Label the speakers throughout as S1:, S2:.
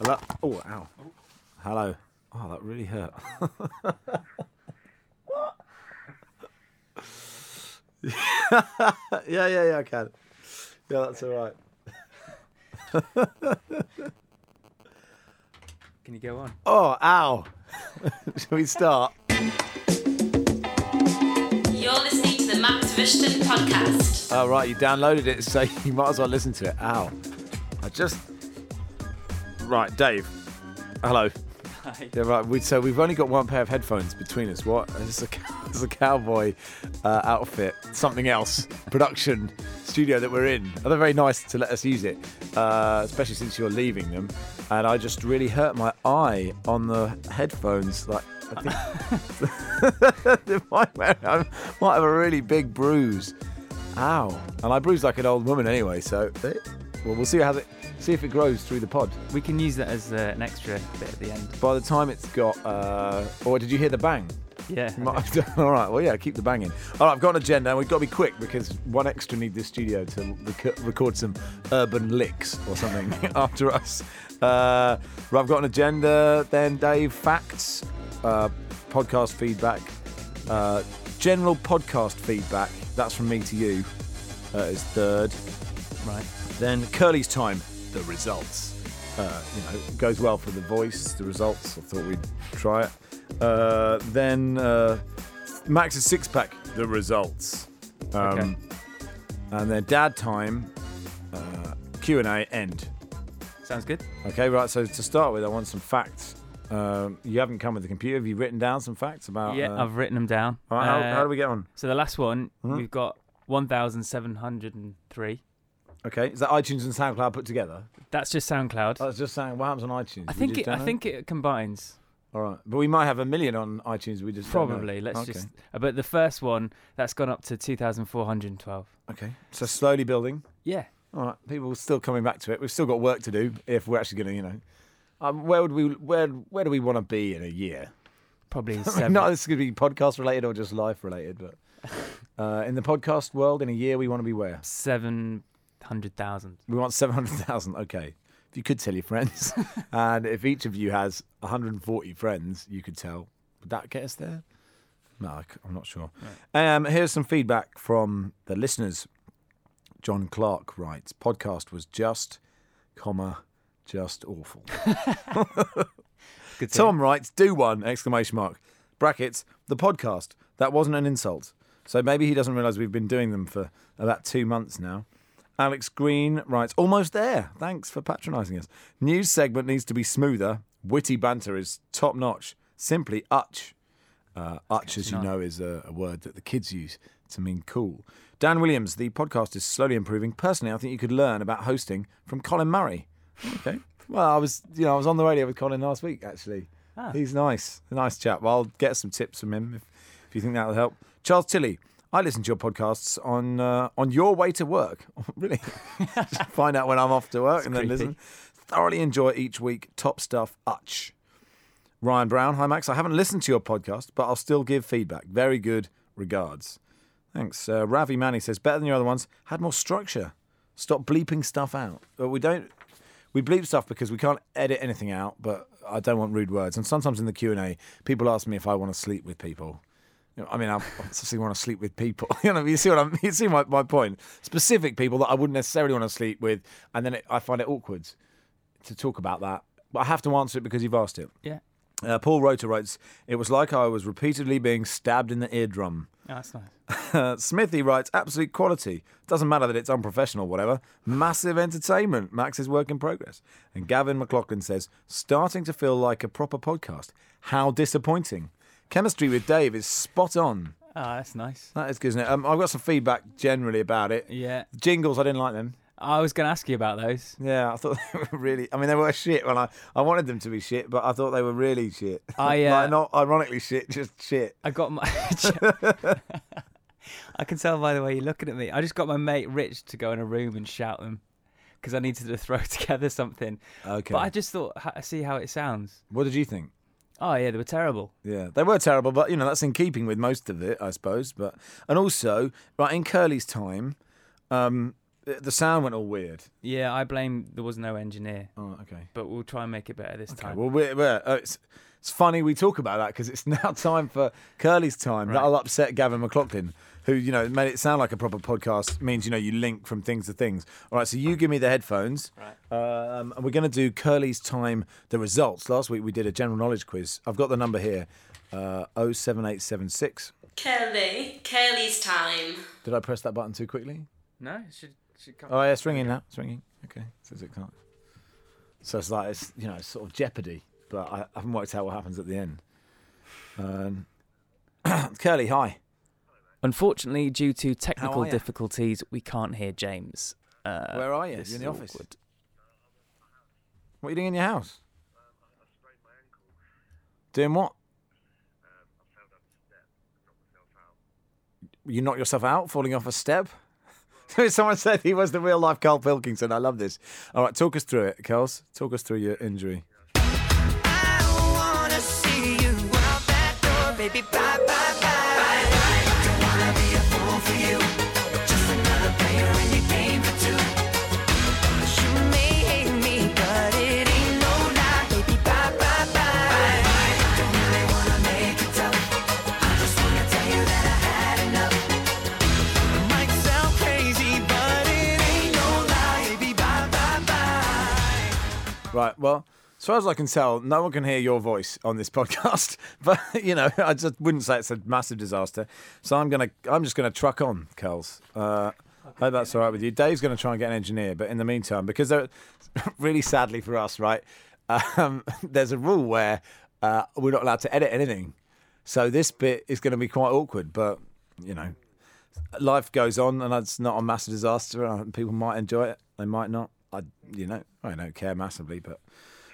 S1: Hello. Oh, ow. Hello. Oh, that really hurt. yeah, yeah, yeah, I can. Yeah, that's all right.
S2: Can you go on?
S1: Oh, ow. Shall we start?
S3: You're listening to the Max Vishton podcast.
S1: Oh, right, you downloaded it, so you might as well listen to it. Ow. I just. Right, Dave. Hello.
S2: Hi.
S1: Yeah, right. We, so we've only got one pair of headphones between us. What? It's a, it's a cowboy uh, outfit, something else, production studio that we're in. And they're very nice to let us use it, uh, especially since you're leaving them. And I just really hurt my eye on the headphones. Like, I think They might wear- I might have a really big bruise. Ow! And I bruise like an old woman anyway. So, eh, well, we'll see how it see if it grows through the pod
S2: We can use that as uh, an extra bit at the end.
S1: by the time it's got uh or did you hear the bang
S2: Yeah.
S1: You might have done- all right well yeah keep the banging all right i've got an agenda and we've got to be quick because one extra need this studio to rec- record some urban licks or something after us uh right, i've got an agenda then dave facts uh podcast feedback uh general podcast feedback that's from me to you uh, is third
S2: Right.
S1: then Curly's time, the results. Uh, you know, it goes well for the voice, the results. I thought we'd try it. Uh, then uh, Max's six pack, the results. Um,
S2: Okay.
S1: And then dad time, uh, Q and A end.
S2: Sounds good.
S1: Okay, right. So to start with, I want some facts. Um, you haven't come with the computer. Have you written down some facts about?
S2: yeah,
S1: uh,
S2: I've written them down.
S1: all right, how,
S2: Uh,
S1: how do we get on?
S2: So the last one,
S1: Mhm.
S2: we've got 1,703.
S1: Okay, is that iTunes and SoundCloud put together?
S2: That's just SoundCloud.
S1: I was just saying, what happens on iTunes?
S2: I
S1: We
S2: think
S1: Oh, just
S2: it. I
S1: download?
S2: think it combines.
S1: All right, but we might have a million on iTunes. We just don't know.
S2: Probably. Let's
S1: Okay.
S2: just. uh, But the first one that's gone up to 2,412.
S1: Okay. So slowly building.
S2: Yeah.
S1: All right. People are still coming back to it. We've still got work to do if we're actually going to, you know. Um, where would we? Where Where do we want to be in a year?
S2: Probably
S1: I
S2: seven.
S1: mean, not this could be podcast related or just life related, but uh, in the podcast world, in a year, we want to be where?
S2: seven hundred thousand.
S1: We want seven hundred thousand. Okay. If you could tell your friends, and if each of you has one hundred and forty friends, you could tell. Would that get us there? No, I c- I'm not sure. Um, here's some feedback from the listeners. John Clark writes, "Podcast was just, comma, just awful."
S2: Good. to
S1: Tom writes, "Do one!" Exclamation mark. Brackets. The podcast. That wasn't an insult. So maybe he doesn't realise we've been doing them for about two months now. Alex Green writes, "Almost there. Thanks for patronising us. News segment needs to be smoother. Witty banter is top notch. Simply utch." Uh, utch, as you know, is a, a word that the kids use to mean cool. Dan Williams, the podcast is slowly improving. Personally, I think you could learn about hosting from Colin Murray. Okay. Well, I was, you know, I was on the radio with Colin last week. Actually, he's nice, a nice chap. Well, I'll get some tips from him if, if you think that'll help. Charles Tilley, I listen to your podcasts on uh, on your way to work. Oh, really, Just find out when I'm off to work and then
S2: creepy.
S1: listen. Thoroughly enjoy each week. Top stuff. Utch. Ryan Brown, hi Max. I haven't listened to your podcast, but I'll still give feedback. Very good regards. Thanks. Uh, Ravi Manny says better than your other ones. Had more structure. Stop bleeping stuff out. But we don't. We bleep stuff because we can't edit anything out. But I don't want rude words. And sometimes in the Q and A, people ask me if I want to sleep with people. You know, I mean, I obviously want to sleep with people. You know, you see what I'm. You see my, my point. Specific people that I wouldn't necessarily want to sleep with, and then it, I find it awkward to talk about that. But I have to answer it because you've asked it.
S2: Yeah.
S1: Uh, Paul Roter writes, It was like I was repeatedly being stabbed in the eardrum.
S2: Oh, that's nice.
S1: Uh, Smithy writes, Absolute quality. Doesn't matter that it's unprofessional, whatever. Massive entertainment. Max's work in progress. And Gavin McLaughlin says, Starting to feel like a proper podcast. How disappointing. Chemistry with Dave is spot on.
S2: Ah, that's nice.
S1: That is good, isn't it? Um, I've got some feedback generally about it.
S2: Yeah.
S1: Jingles, I didn't like them.
S2: I was going to ask you about those.
S1: Yeah, I thought they were really. I mean, they were shit when I I wanted them to be shit, but I thought they were really shit.
S2: I, uh,
S1: like not ironically shit, just shit.
S2: I got my. I can tell by the way you're looking at me. I just got my mate Rich to go in a room and shout them because I needed to throw together something.
S1: Okay.
S2: But I just thought, ha- see how it sounds.
S1: What did you think?
S2: Oh yeah, they were terrible.
S1: Yeah, they were terrible, but you know that's in keeping with most of it, I suppose. But and also, right in Curly's time, um, uh, the sound went all weird.
S2: Yeah, I blame there was no engineer,
S1: Oh, okay.
S2: but we'll try and make it better this
S1: Okay,
S2: time.
S1: well, we're, we're, uh, it's, it's funny we talk about that because it's now time for Curly's time. That'll upset Gavin McLaughlin, who, you know, made it sound like a proper podcast. means, you know, you link from things to things. All right, so you give me the headphones. Right. Um, and we're going to do Curly's time, the results. Last week we did a general knowledge quiz. I've got the number here uh, 07876.
S3: Curly, Curly's time.
S1: Did I press that button too quickly?
S2: no, it should should come.
S1: Oh, yeah, it's ringing now. It's ringing. Okay, says it can't. So it's like it's you know it's sort of Jeopardy, but I haven't worked out what happens at the end. Um, Curly, hi.
S2: Unfortunately, due to
S1: are
S2: technical
S1: ya?
S2: difficulties, we can't hear James. Uh,
S1: Where are you?
S2: this
S1: You're in
S2: is
S1: the office.
S2: awkward.
S1: What are you doing in your house? Doing what? You knocked yourself out, falling off a step. Someone said he was the real life Carl Pilkington. I love this. All right, talk us through it, Carls. Talk us through your injury. Right. Well, as far as I can tell, no one can hear your voice on this podcast. But you know, I just wouldn't say it's a massive disaster. So I'm gonna, I'm just gonna truck on, Curls. Uh, hope that's all right with you. Dave's gonna try and get an engineer, but in the meantime, because there, really sadly for us, right, um, there's a rule where uh, we're not allowed to edit anything. So this bit is going to be quite awkward, but you know, life goes on, and it's not a massive disaster. And people might enjoy it, they might not. I, you know, I don't care massively, but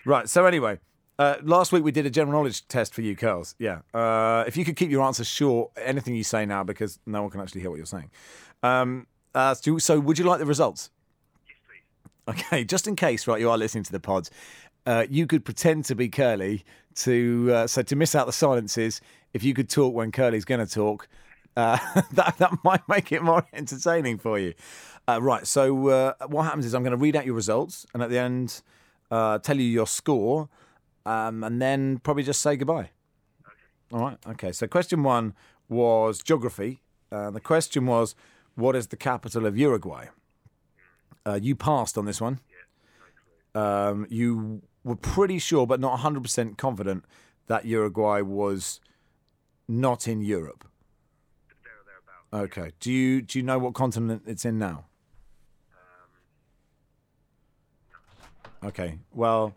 S1: right. So anyway, uh, last week we did a general knowledge test for you, curls. Yeah. Uh, if you could keep your answer short, anything you say now, because no one can actually hear what you're saying. Um, uh, so, so would you like the results? Okay, just in case, right, you are listening to the pods, uh, you could pretend to be Curly to uh, so to miss out the silences. If you could talk when Curly's going to talk, uh, that that might make it more entertaining for you. Uh, right. So uh, what happens is I'm going to read out your results, and at the end, uh, tell you your score, um, and then probably just say goodbye. All right. Okay. So question one was geography. Uh, the question was, what is the capital of Uruguay? Uh, you passed on this one. Um, you were pretty sure, but not 100% confident, that Uruguay was not in Europe. Okay. Do you do you know what continent it's in now? Okay. Well.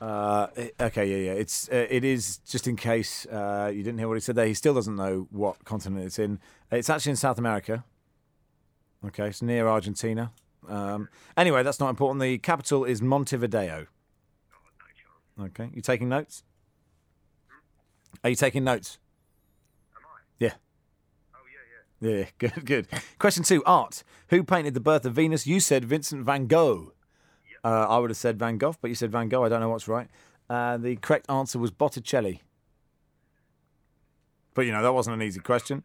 S1: Uh, it- okay. Yeah. Yeah. It's uh, it is just in case uh, you didn't hear what he said there. He still doesn't know what continent it's in. It's actually in South America. Okay, it's near Argentina. Um, anyway, that's not important. The capital is Montevideo. Okay, you taking notes? Are you taking notes? Hmm? Am I? Yeah. Oh yeah, yeah. Yeah, good, good. Question two: Art. Who painted the Birth of Venus? You said Vincent Van Gogh. Uh, I would have said Van Gogh, but you said Van Gogh. I don't know what's right. Uh, the correct answer was Botticelli. But you know that wasn't an easy question.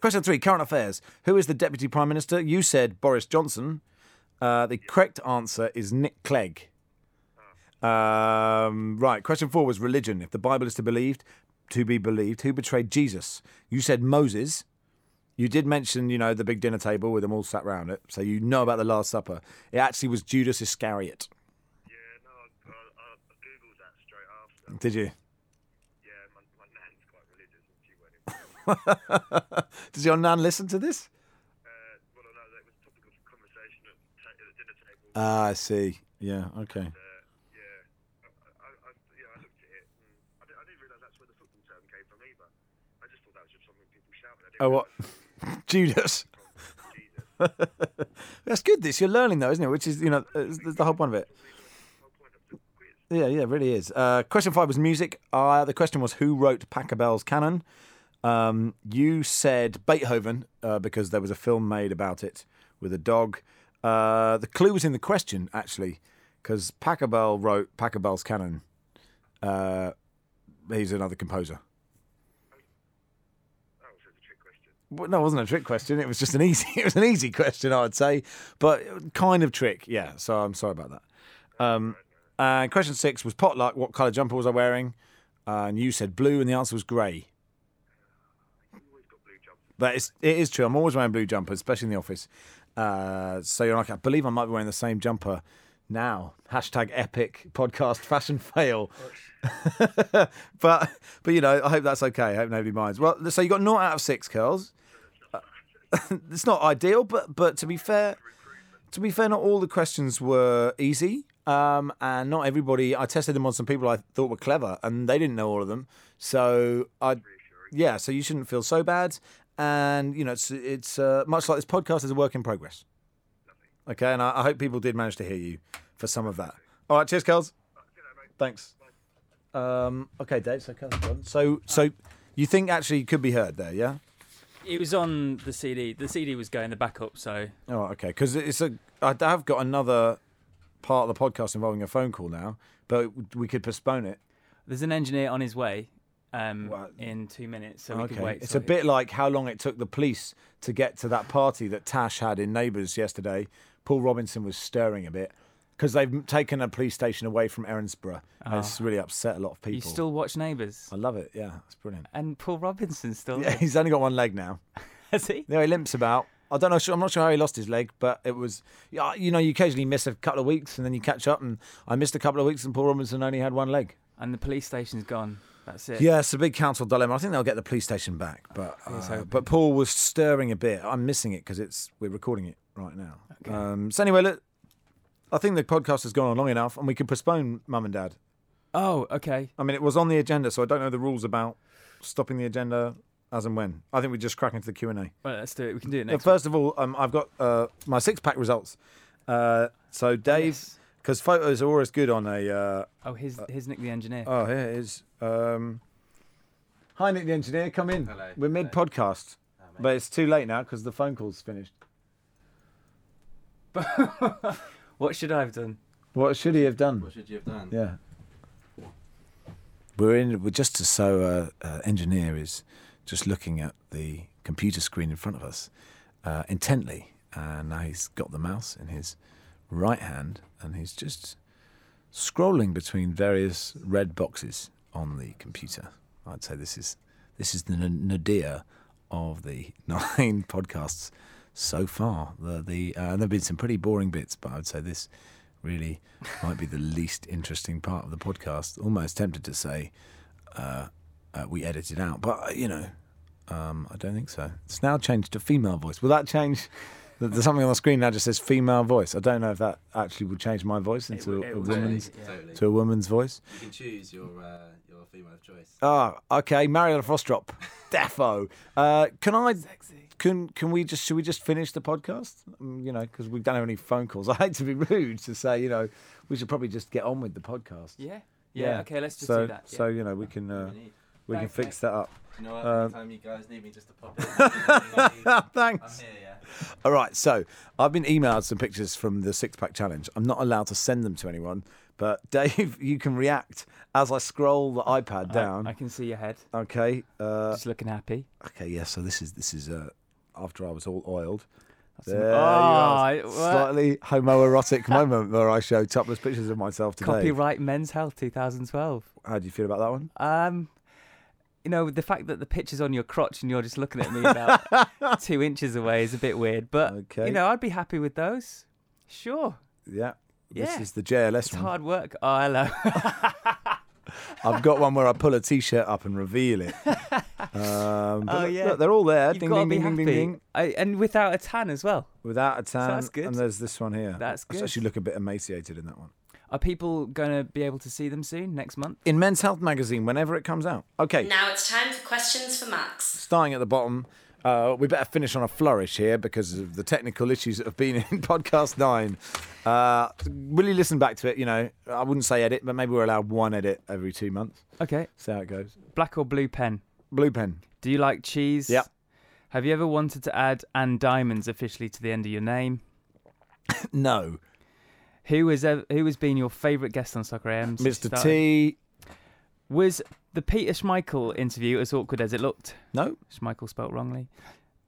S1: Question three, current affairs. Who is the deputy prime minister? You said Boris Johnson. Uh, the correct answer is Nick Clegg. Um, right. Question four was religion. If the Bible is to believed, to be believed, who betrayed Jesus? You said Moses. You did mention, you know, the big dinner table with them all sat round it, so you know about the Last Supper. It actually was Judas Iscariot.
S4: Yeah, no, I, I, I googled that straight after.
S1: Did you?
S4: Yeah, my, my nan's quite religious, and she went. In.
S1: Does your nan listen to this?
S4: Uh, well, I know that it was topic of conversation at, ta- at the dinner table.
S1: Ah, I see. Yeah. Okay.
S4: Uh, yeah, I, I, I, yeah, I looked at it, and I, di- I didn't realise that's where the football term came from either. I just thought that was just something people shouted. I didn't
S1: Oh, what? Judas. That's good. This you're learning though, isn't it? Which is you know it's the the whole point of it. Yeah, yeah, it really is. Uh, question five was music. Uh, the question was who wrote Pachelbel's Canon. Um, you said Beethoven uh, because there was a film made about it with a dog. Uh, the clue was in the question actually, because Pachelbel wrote Pachelbel's Canon. Uh, he's another composer.
S4: Oh, so it's a trick question.
S1: Well, no, it wasn't a trick question. It was just an easy. It was an easy question, I would say, but kind of trick. Yeah. So I'm sorry about that. Um, uh, question six was potluck. What colour jumper was I wearing? Uh, and you said blue, and the answer was grey.
S4: You always got blue jumpers.
S1: That is, it is true. I'm always wearing blue jumpers, especially in the office. Uh, so you're like, I believe I might be wearing the same jumper now. Hashtag epic podcast fashion fail. but but you know, I hope that's okay. I hope nobody minds. Well, so you got naught out of six curls. it's not ideal, but but to be fair, to be fair, not all the questions were easy. Um, and not everybody. I tested them on some people I thought were clever, and they didn't know all of them. So I, yeah. So you shouldn't feel so bad. And you know, it's it's uh, much like this podcast is a work in progress. Okay, and I, I hope people did manage to hear you for some of that. All right, cheers, Carls. Thanks. Um, okay, Dave. So Carls gone. So so you think actually you could be heard there? Yeah.
S2: It was on the CD. The CD was going the backup, so
S1: Oh, okay. Because it's a. I have got another part of the podcast involving a phone call now, but we could postpone it.
S2: there's an engineer on his way um,
S1: Right.
S2: in two minutes, so we
S1: okay.
S2: can wait.
S1: it's
S2: till
S1: a bit like how long it took the police to get to that party that Tash had in Neighbours yesterday. Paul Robinson was stirring a bit because they've taken a police station away from Erinsborough. And it's really upset a lot of people.
S2: You Ah. still watch Neighbours,
S1: I love it. Yeah, it's brilliant.
S2: and Paul Robinson's still
S1: Yeah, he's only got one leg now.
S2: has he?
S1: Yeah, he limps about. I don't know. I'm not sure how he lost his leg, but it was. yeah, You know, you occasionally miss a couple of weeks and then you catch up. And I missed a couple of weeks, and Paul Robinson only had one leg.
S2: And the police station's gone. That's it.
S1: Yeah, it's a big council dilemma. I think they'll get the police station back, but
S2: Let's
S1: uh,
S2: hope.
S1: but Paul was stirring a bit. I'm missing it because it's we're recording it right now. Um, so anyway, look, I think the podcast has gone on long enough, and we can postpone Mum and Dad.
S2: Oh, okay.
S1: I mean, it was on the agenda, so I don't know the rules about stopping the agenda as and when. I think we just crack into the Q and A.
S2: Well, let's do it. We can do it
S1: Yeah,
S2: next.
S1: First of all, um, I've got uh, my six pack results. Uh, so Dave,
S2: Yes.
S1: because photos are always good on a. Uh,
S2: Oh, here's here's Nick the engineer.
S1: oh, here it is. Um, hi, Nick the engineer. Come in.
S5: Hello. Oh,
S1: We're mid podcast, but it's too late now because the phone call's finished.
S2: what should I have done?
S1: What should he have done?
S5: What should you have done?
S1: Yeah. We're in. We're just so uh, uh, engineer is just looking at the computer screen in front of us uh, intently, and now he's got the mouse in his right hand, and he's just scrolling between various red boxes on the computer. I'd say this is this is the n- nadir of the nine podcasts so far. The the uh, there've been some pretty boring bits, but I'd say this really might be the least interesting part of the podcast. Almost tempted to say uh, uh, we edited out, but uh, you know, um, I don't think so. It's now changed to female voice. Will that change? Th- There's something on the screen now that just says female voice. I don't know if that actually will change my voice into a woman's
S5: Totally, totally.
S1: to a woman's voice.
S5: You can choose your uh, your female of choice.
S1: Oh, okay, Mariella Frostrop, defo. Uh, can I? Can can we just? Should we just finish the podcast? Um, you know, because we don't have any phone calls. I hate to be rude to say, you know, we should probably just get on with the podcast.
S2: Yeah. Yeah. Okay. Let's just
S1: so,
S2: do that. Yeah.
S1: So you know, we can uh,
S5: Do
S1: we can
S2: Thanks,
S1: fix that up.
S5: you know what?
S1: Um,
S5: Anytime you guys need me, just to pop in. I'm
S1: Oh, Thanks.
S5: here, yeah.
S1: All right, so I've been emailed some pictures from the six pack challenge. I'm not allowed to send them to anyone, but Dave, you can react as I scroll the iPad
S2: I-
S1: down.
S2: I, can see your head.
S1: okay. Uh,
S2: Just looking happy.
S1: okay. Yeah. So this is this is uh, after I was all oiled.
S2: That's am-
S1: There you are.
S2: Oh, I- what?
S1: Slightly homoerotic moment where I show topless pictures of myself today.
S2: Copyright Men's Health 2012.
S1: How do you feel about that one?
S2: Um, you know, the fact that the picture's on your crotch and you're just looking at me about two inches away is a bit weird. But
S1: Okay.
S2: you know, I'd be happy with those. Sure,
S1: Yeah. This
S2: Yeah.
S1: is the JLS
S2: it's
S1: one.
S2: hard work. Oh, hello.
S1: I've got one where I pull a t-shirt up and reveal it. Um, but
S2: Oh,
S1: look-
S2: yeah.
S1: look, they're all there.
S2: You've
S1: ding,
S2: got to
S1: ding,
S2: be
S1: ding,
S2: happy,
S1: ding, ding, ding.
S2: I, and without a tan as well.
S1: Without a tan.
S2: that's good.
S1: And there's this one here.
S2: That's
S1: I
S2: good.
S1: actually look a bit emaciated in that one.
S2: Are people gonna be able to see them soon next month?
S1: In Men's Health magazine, whenever it comes out. Okay.
S3: Now it's time for questions for Max.
S1: starting at the bottom. Uh, we better finish on a flourish here because of the technical issues that have been in podcast nine. Uh, really listen back to it. You know, I wouldn't say edit, but maybe we're allowed one edit every two months.
S2: Okay.
S1: See how it goes.
S2: Black or blue pen?
S1: Blue pen.
S2: Do you like cheese?
S1: Yep.
S2: Have you ever wanted to add and diamonds officially to the end of your name?
S1: No.
S2: Who has ever, who has been your favourite guest on Soccer AM? since you
S1: Mr.
S2: started?
S1: T.
S2: Was the Peter Schmeichel interview as awkward as it looked?
S1: No.
S2: Schmeichel spelt wrongly.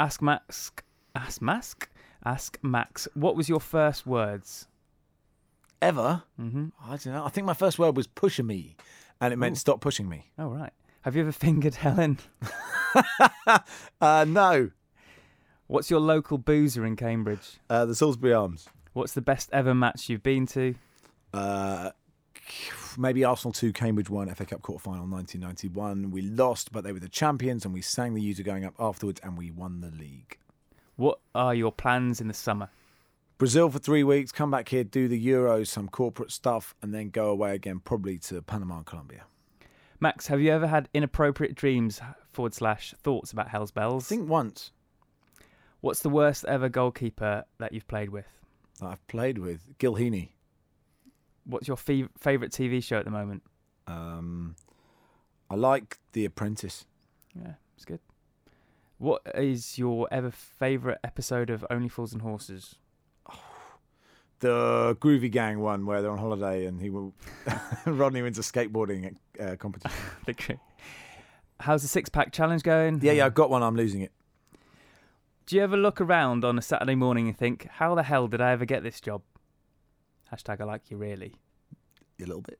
S2: Ask Max. Ask Mask. Ask Max. What was your first words?
S1: Ever?
S2: Mm-hmm.
S1: I don't know. I think my first word was pusher me, and it meant stop pushing me.
S2: Oh right. Have you ever fingered Helen?
S1: Uh, no,
S2: What's your local boozer in Cambridge?
S1: uh, the Salisbury Arms.
S2: What's the best ever match you've been to?
S1: Uh, maybe Arsenal 2, Cambridge 1, FA Cup quarter final 1991. We lost, but they were the champions, and we sang the user going up afterwards, and we won the league.
S2: What are your plans in the summer?
S1: Brazil for three weeks, come back here, do the Euros, some corporate stuff, and then go away again, probably to Panama and Colombia.
S2: Max, have you ever had inappropriate dreams forward slash thoughts about Hell's Bells?
S1: I think once
S2: What's the worst ever goalkeeper that you've played with?
S1: that I've played with Gil Heaney.
S2: What's your fe- favourite TV show at the moment?
S1: Um, I like The Apprentice.
S2: Yeah, it's good. What is your ever favourite episode of Only Fools and Horses?
S1: The Groovy Gang one where they're on holiday and he will Rodney wins a skateboarding uh, competition.
S2: The crew. How's the six pack challenge going?
S1: Yeah, yeah, I've got one. I'm losing it.
S2: Do you ever look around on a Saturday morning and think, how the hell did I ever get this job? Hashtag I like you really.
S1: A little bit.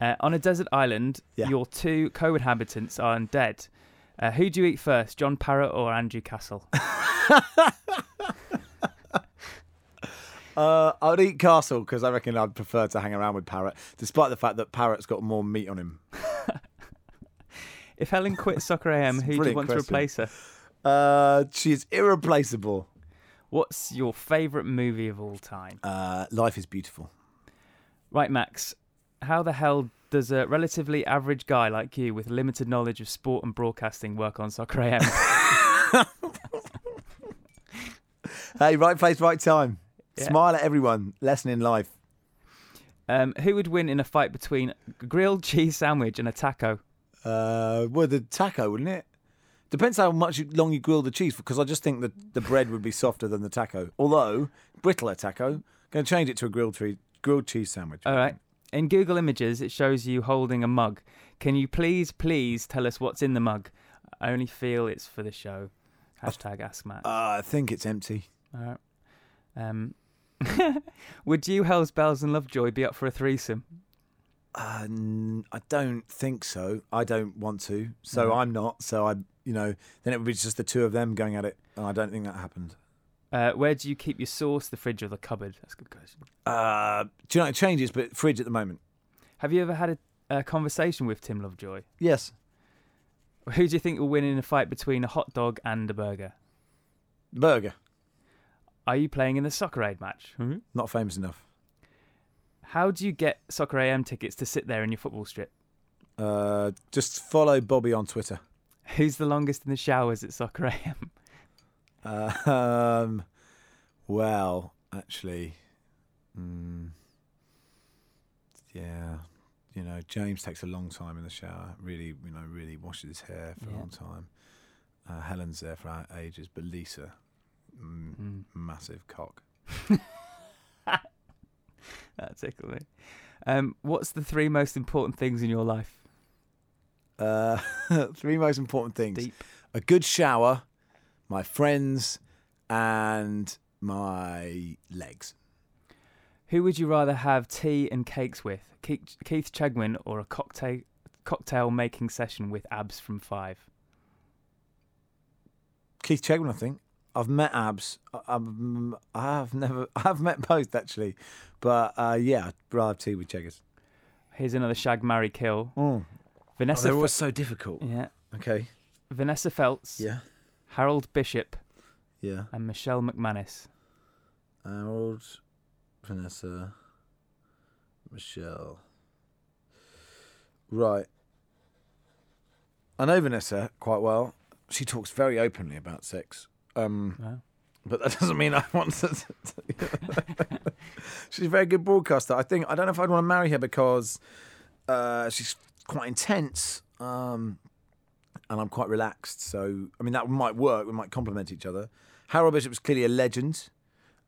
S2: Uh, on a desert island,
S1: Yeah.
S2: your two co-inhabitants are undead. Uh, who do you eat first, John Parrott or Andrew Castle?
S1: Uh, I would eat Castle because I reckon I'd prefer to hang around with Parrot, despite the fact that Parrot's got more meat on him.
S2: if Helen quit Soccer AM, who do you
S1: brilliant
S2: want to
S1: question.
S2: replace her?
S1: Uh, she is irreplaceable.
S2: What's your favourite movie of all time?
S1: Uh, life is beautiful.
S2: Right, Max. How the hell does a relatively average guy like you, with limited knowledge of sport and broadcasting, work on Soccer AM?
S1: Hey, right place, right time.
S2: Yeah.
S1: Smile at everyone. Lesson in life.
S2: um, who would win in a fight between a grilled cheese sandwich and a taco?
S1: Uh, well, the taco, wouldn't it? Depends how much you, long you grill the cheese, because I just think that the bread would be softer than the taco. Although brittler taco, going to change it to a grilled tree, grilled cheese sandwich.
S2: All right. In Google Images, it shows you holding a mug. Can you please, please tell us what's in the mug? I only feel it's for the show. Hashtag Ask Max.
S1: Uh, I think it's empty.
S2: All right. Um, would you, Hells Bells, and Lovejoy be up for a threesome?
S1: Uh, n- I don't think so. I don't want to, so I'm not. So I, you know, then it would be just the two of them going at it, and I don't think that happened.
S2: Uh, where do you keep your sauce? The fridge or the cupboard? That's a good question.
S1: Uh, do you know it changes? But fridge at the moment.
S2: Have you ever had a, a conversation with Tim Lovejoy?
S1: Yes,
S2: Who do you think will win in a fight between a hot dog and a burger?
S1: burger.
S2: Are you playing in the Soccer Aid match? Hmm?
S1: Not famous enough.
S2: How do you get Soccer AM tickets to sit there in your football strip?
S1: Uh, just follow Bobby on Twitter.
S2: Who's the longest in the showers at Soccer AM?
S1: Uh, um, well, actually, mm, yeah, you know, James takes a long time in the shower. Really, you know, really washes his hair for
S2: Yeah.
S1: a long time. Uh, Helen's there for a- ages, but Lisa, mm,
S2: Mm.
S1: massive cock.
S2: That tickled me. Um, what's the three most important things in your life?
S1: Uh, three most important things:
S2: Deep.
S1: a good shower, my friends, and my legs.
S2: Who would you rather have tea and cakes with? Keith, Keith Chegwin or a cocktail cocktail making session with abs from five?
S1: Keith Chegwin, I think. I've met Abs. I- I'm- I have never. I have met both actually, but uh, yeah, I'd rather have tea with Cheggers.
S2: Here's another shag, marry, kill.
S1: Mm.
S2: Vanessa.
S1: they're
S2: Fe-
S1: all so difficult.
S2: yeah.
S1: Okay.
S2: Vanessa Feltz.
S1: Yeah.
S2: Harold Bishop
S1: Yeah.
S2: and Michelle McManus.
S1: Harold, Vanessa, Michelle. Right. I know Vanessa quite well. She talks very openly about sex. Um,
S2: Wow.
S1: but that doesn't mean I want to. she's a very good broadcaster. I think I don't know if I'd want to marry her because uh, she's quite intense, um, and I'm quite relaxed. So I mean that might work. We might complement each other. Harold Bishop's clearly a legend,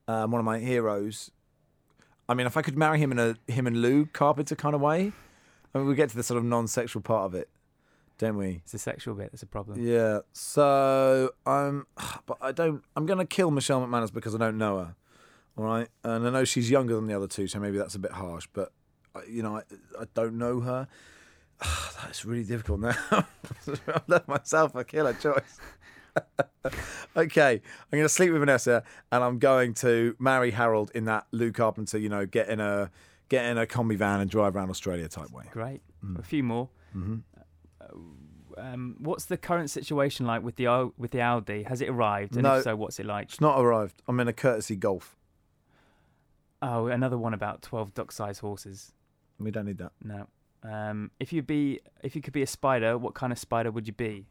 S1: um, one of my heroes. I mean, if I could marry him in a him and Lou Carpenter kind of way, I mean, we get to the sort of non-sexual part of it. don't we?
S2: It's the sexual bit that's a problem.
S1: Yeah. So I'm, but I don't. I'm gonna kill Michelle McManus because I don't know her. All right, and I know she's younger than the other two, so maybe that's a bit harsh. But I- you know, I, I don't know her. That's really difficult now. I've left myself a killer choice. okay, I'm gonna sleep with Vanessa, and I'm going to marry Harold in that Lou Carpenter, you know, get in a get in a combi van and drive around Australia type way. Mm. Mm-hmm.
S2: Great.
S1: Hmm.
S2: A few more. Uh, Um, what's the current situation like with the Al- with the Audi? Has it arrived? And
S1: No.
S2: if so, what's it like?
S1: It's not arrived. I'm in a courtesy golf.
S2: Oh, another one about twelve duck-sized horses.
S1: We don't need that.
S2: No. Um, if you be if you could be a spider, what kind of spider would you be?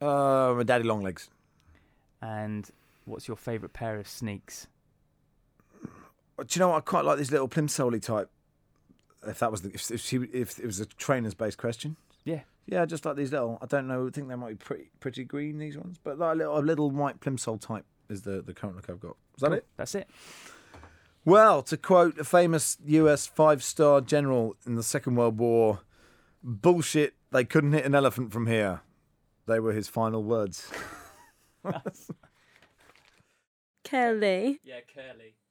S1: Uh, my daddy long legs.
S2: And what's your favourite pair of sneaks?
S1: Oh, Do you know what? I quite like this little plimsolly type. If that was the, if, if she if it was a trainers based question.
S2: Yeah.
S1: Yeah, I just like these little. I don't know. I think they might be pretty pretty green these ones, but like a little, a little white plimsoll type is the the current look I've got. Is that it?
S2: That's it.
S1: Well, to quote a famous US five star general in the Second World War, bullshit, they couldn't hit an elephant from here. They were his final words.
S6: Curly.
S2: Yeah, curly.